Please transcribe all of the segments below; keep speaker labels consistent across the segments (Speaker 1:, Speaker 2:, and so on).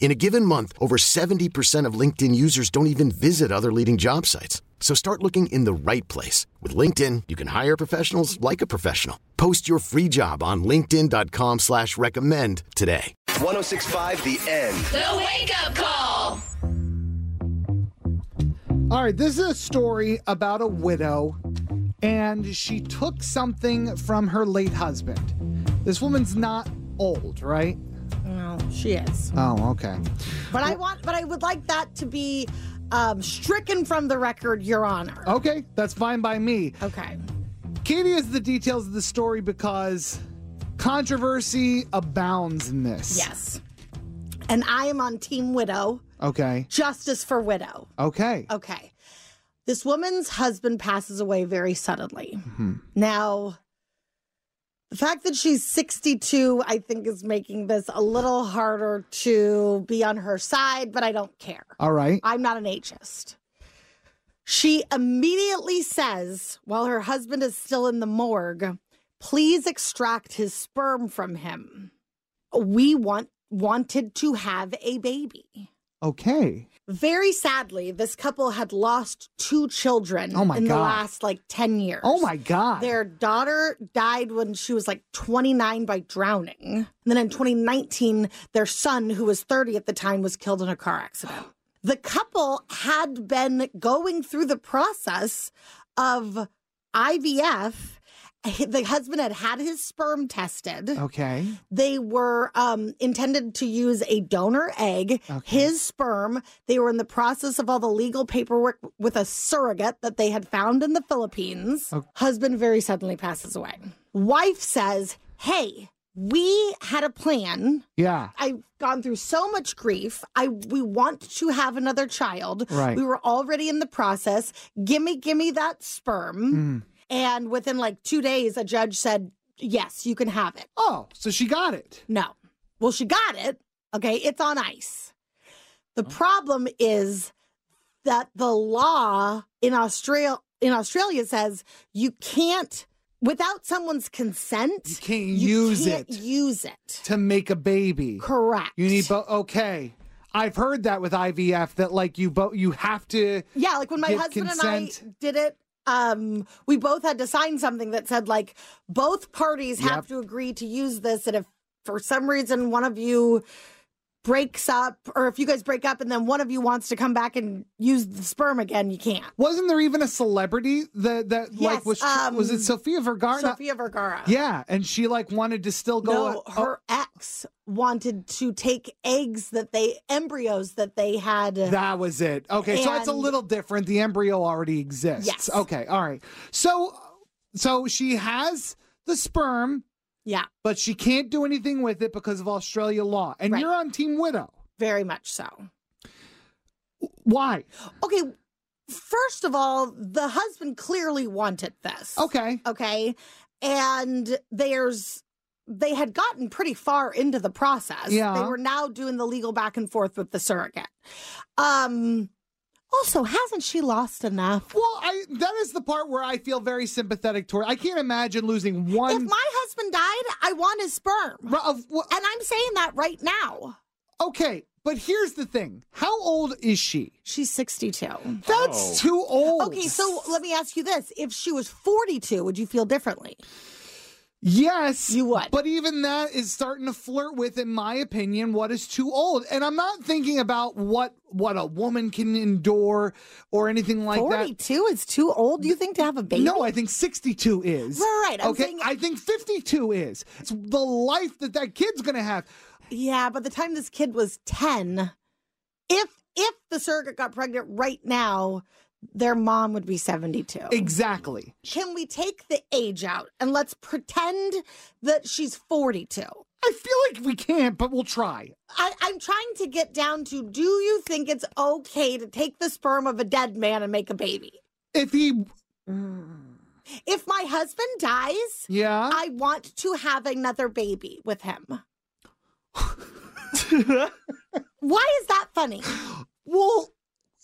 Speaker 1: In a given month, over 70% of LinkedIn users don't even visit other leading job sites. So start looking in the right place. With LinkedIn, you can hire professionals like a professional. Post your free job on linkedin.com slash recommend today.
Speaker 2: 1065 The End.
Speaker 3: The Wake Up Call.
Speaker 4: All right, this is a story about a widow, and she took something from her late husband. This woman's not old, right?
Speaker 5: No, she is.
Speaker 4: Oh, okay.
Speaker 5: But I want, but I would like that to be um, stricken from the record, Your Honor.
Speaker 4: Okay, that's fine by me.
Speaker 5: Okay.
Speaker 4: Katie has the details of the story because controversy abounds in this.
Speaker 5: Yes. And I am on Team Widow,
Speaker 4: Okay.
Speaker 5: Justice for Widow.
Speaker 4: Okay.
Speaker 5: Okay. This woman's husband passes away very suddenly. Now, the fact that she's 62, I think, is making this a little harder to be on her side, but I don't care.
Speaker 4: All right.
Speaker 5: I'm not an ageist. She immediately says, while her husband is still in the morgue, please extract his sperm from him. We want wanted to have a baby.
Speaker 4: Okay.
Speaker 5: Very sadly, this couple had lost two children
Speaker 4: Oh my
Speaker 5: in the
Speaker 4: God.
Speaker 5: last like 10 years.
Speaker 4: Oh my God.
Speaker 5: Their daughter died when she was like 29 by drowning. And then in 2019, their son, who was 30 at the time, was killed in a car accident. The couple had been going through the process of IVF. The husband had had his sperm tested.
Speaker 4: Okay.
Speaker 5: They were um, intended to use a donor egg,
Speaker 4: Okay.
Speaker 5: his sperm. They were in the process of all the legal paperwork with a surrogate that they had found in the Philippines.
Speaker 4: Okay.
Speaker 5: Husband very suddenly passes away. Wife says, Hey, we had a plan.
Speaker 4: Yeah.
Speaker 5: I've gone through so much grief. I we want to have another child.
Speaker 4: Right.
Speaker 5: We were already in the process. Gimme, gimme that
Speaker 4: Mm.
Speaker 5: sperm. And within like two days, a judge said, Yes, you can have it.
Speaker 4: Oh, so she got it.
Speaker 5: No. Well, she got it. Okay. It's on ice. The
Speaker 4: Oh.
Speaker 5: problem is that the law in Australia in Australia says you can't without someone's consent.
Speaker 4: You can't use
Speaker 5: can't
Speaker 4: it.
Speaker 5: Use it.
Speaker 4: To make a baby.
Speaker 5: Correct.
Speaker 4: You need both. Okay. I've heard that with IVF that like you both you have to
Speaker 5: Yeah, like when my
Speaker 4: give
Speaker 5: husband and I
Speaker 4: consent.
Speaker 5: did it, um, we both had to sign something that said like both parties have
Speaker 4: Yep.
Speaker 5: to agree to use this, and if for some reason one of you breaks up, or if you guys break up and then one of you wants to come back and use the sperm again, you can't.
Speaker 4: Wasn't there even a celebrity that that
Speaker 5: Yes,
Speaker 4: like was
Speaker 5: um,
Speaker 4: was it Sophia Vergara?
Speaker 5: Sofia Vergara.
Speaker 4: Yeah, and she like wanted to still go.
Speaker 5: No, her ex wanted to take eggs that they embryos that they had.
Speaker 4: oh, that was it. Okay, so it's a
Speaker 5: And-
Speaker 4: little different. The embryo already exists.
Speaker 5: Yes.
Speaker 4: Okay. All right. So, so she has the sperm,
Speaker 5: yeah,
Speaker 4: but she can't do anything with it because of Australia law. And
Speaker 5: Right.
Speaker 4: you're on Team Widow.
Speaker 5: very much so.
Speaker 4: Why?
Speaker 5: Okay, first of all, the husband clearly wanted this.
Speaker 4: Okay.
Speaker 5: Okay. And there's they had gotten pretty far into the process. They
Speaker 4: Yeah.
Speaker 5: were now doing the legal back and forth with the surrogate. Um also, hasn't she lost enough?
Speaker 4: Well, I that is the part where I feel very sympathetic toward. I can't imagine losing
Speaker 5: If
Speaker 4: one.
Speaker 5: my husband died, I want his sperm.
Speaker 4: Ru- of- wha-
Speaker 5: And I'm saying that right now.
Speaker 4: okay, but here's the thing: how old is she?
Speaker 5: She's 62.
Speaker 4: That's too old.
Speaker 5: Okay, so let me ask you this. If she was 42, would you feel differently?
Speaker 4: Yes.
Speaker 5: You would.
Speaker 4: But even that is starting to flirt with, in my opinion, what is too old. And I'm not thinking about what what a woman can endure or anything like that.
Speaker 5: 42 is too old, you think, to have a baby?
Speaker 4: No, I think 62 is.
Speaker 5: Right, I'm
Speaker 4: okay.
Speaker 5: saying-
Speaker 4: I think 52 is. It's the life that that kid's going to have.
Speaker 5: Yeah, by the time this kid was 10, if if the surrogate got pregnant right now, their mom would be 72.
Speaker 4: Exactly.
Speaker 5: Can we take the age out and let's pretend that she's 42?
Speaker 4: I feel like we can't, but we'll try.
Speaker 5: I, I'm trying to get down to do you think it's okay to take the sperm of a dead man and make a baby?
Speaker 4: If he,
Speaker 5: If my husband dies,
Speaker 4: yeah.
Speaker 5: I want to have another baby with him. Why is that funny?
Speaker 4: well,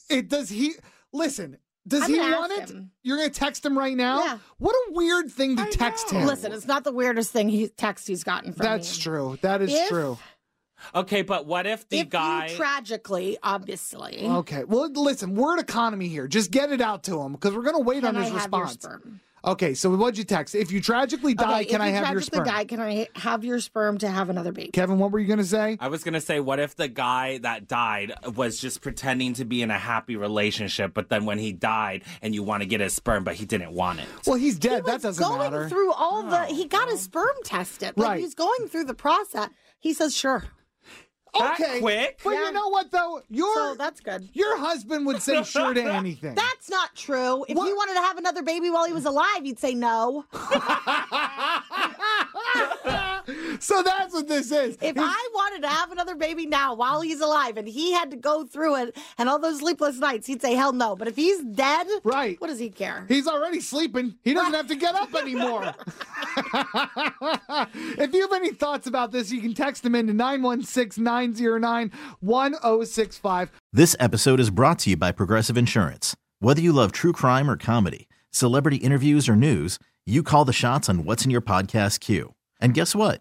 Speaker 4: it does he listen. Does
Speaker 5: I'm
Speaker 4: he
Speaker 5: gonna
Speaker 4: want it?
Speaker 5: ask him.
Speaker 4: You're going to text him right now?
Speaker 5: Yeah.
Speaker 4: What a weird thing to text him.
Speaker 5: Listen, it's not the weirdest thing he text he's gotten from
Speaker 4: That's
Speaker 5: me.
Speaker 4: true. That is
Speaker 5: If-
Speaker 4: true.
Speaker 6: Okay, but what if the
Speaker 5: If
Speaker 6: guy?
Speaker 5: you tragically, obviously,
Speaker 4: Okay. Well, listen, word economy here. Just get it out to him because we're going to wait
Speaker 5: can
Speaker 4: on
Speaker 5: I
Speaker 4: his
Speaker 5: have your
Speaker 4: response.
Speaker 5: sperm?
Speaker 4: Okay. So, what'd you text? If you tragically die,
Speaker 5: Okay,
Speaker 4: can
Speaker 5: if
Speaker 4: I
Speaker 5: you
Speaker 4: have your
Speaker 5: tragically
Speaker 4: sperm?
Speaker 5: Die, can I have your sperm to have another baby?
Speaker 4: Kevin, what were you going to say?
Speaker 6: I was gonna say, what if the guy that died was just pretending to be in a happy relationship, but then when he died, and you want to get his sperm, but he didn't want it.
Speaker 4: Well, he's dead. that
Speaker 5: was
Speaker 4: doesn't
Speaker 5: going
Speaker 4: matter.
Speaker 5: through all the he got his sperm tested. Like
Speaker 4: Right.
Speaker 5: he's going through the process. He says, "Sure."
Speaker 6: That
Speaker 4: okay.
Speaker 6: quick?
Speaker 4: But
Speaker 5: Yeah.
Speaker 4: you know what, though? Your,
Speaker 5: So that's good.
Speaker 4: your husband would say sure to anything.
Speaker 5: That's not true. If
Speaker 4: What?
Speaker 5: he wanted to have another baby while he was alive, you'd say no.
Speaker 4: so, that's what this is.
Speaker 5: If I wanted to have another baby now while he's alive and he had to go through it and all those sleepless nights, he'd say hell no. But if he's dead,
Speaker 4: Right.
Speaker 5: what does he care?
Speaker 4: He's already sleeping. He doesn't have to get up anymore. if you have any thoughts about this, you can text them in to 916 909 1065.
Speaker 7: This episode is brought to you by Progressive Insurance. Whether you love true crime or comedy, celebrity interviews or news, you call the shots on what's in your podcast queue. And guess what?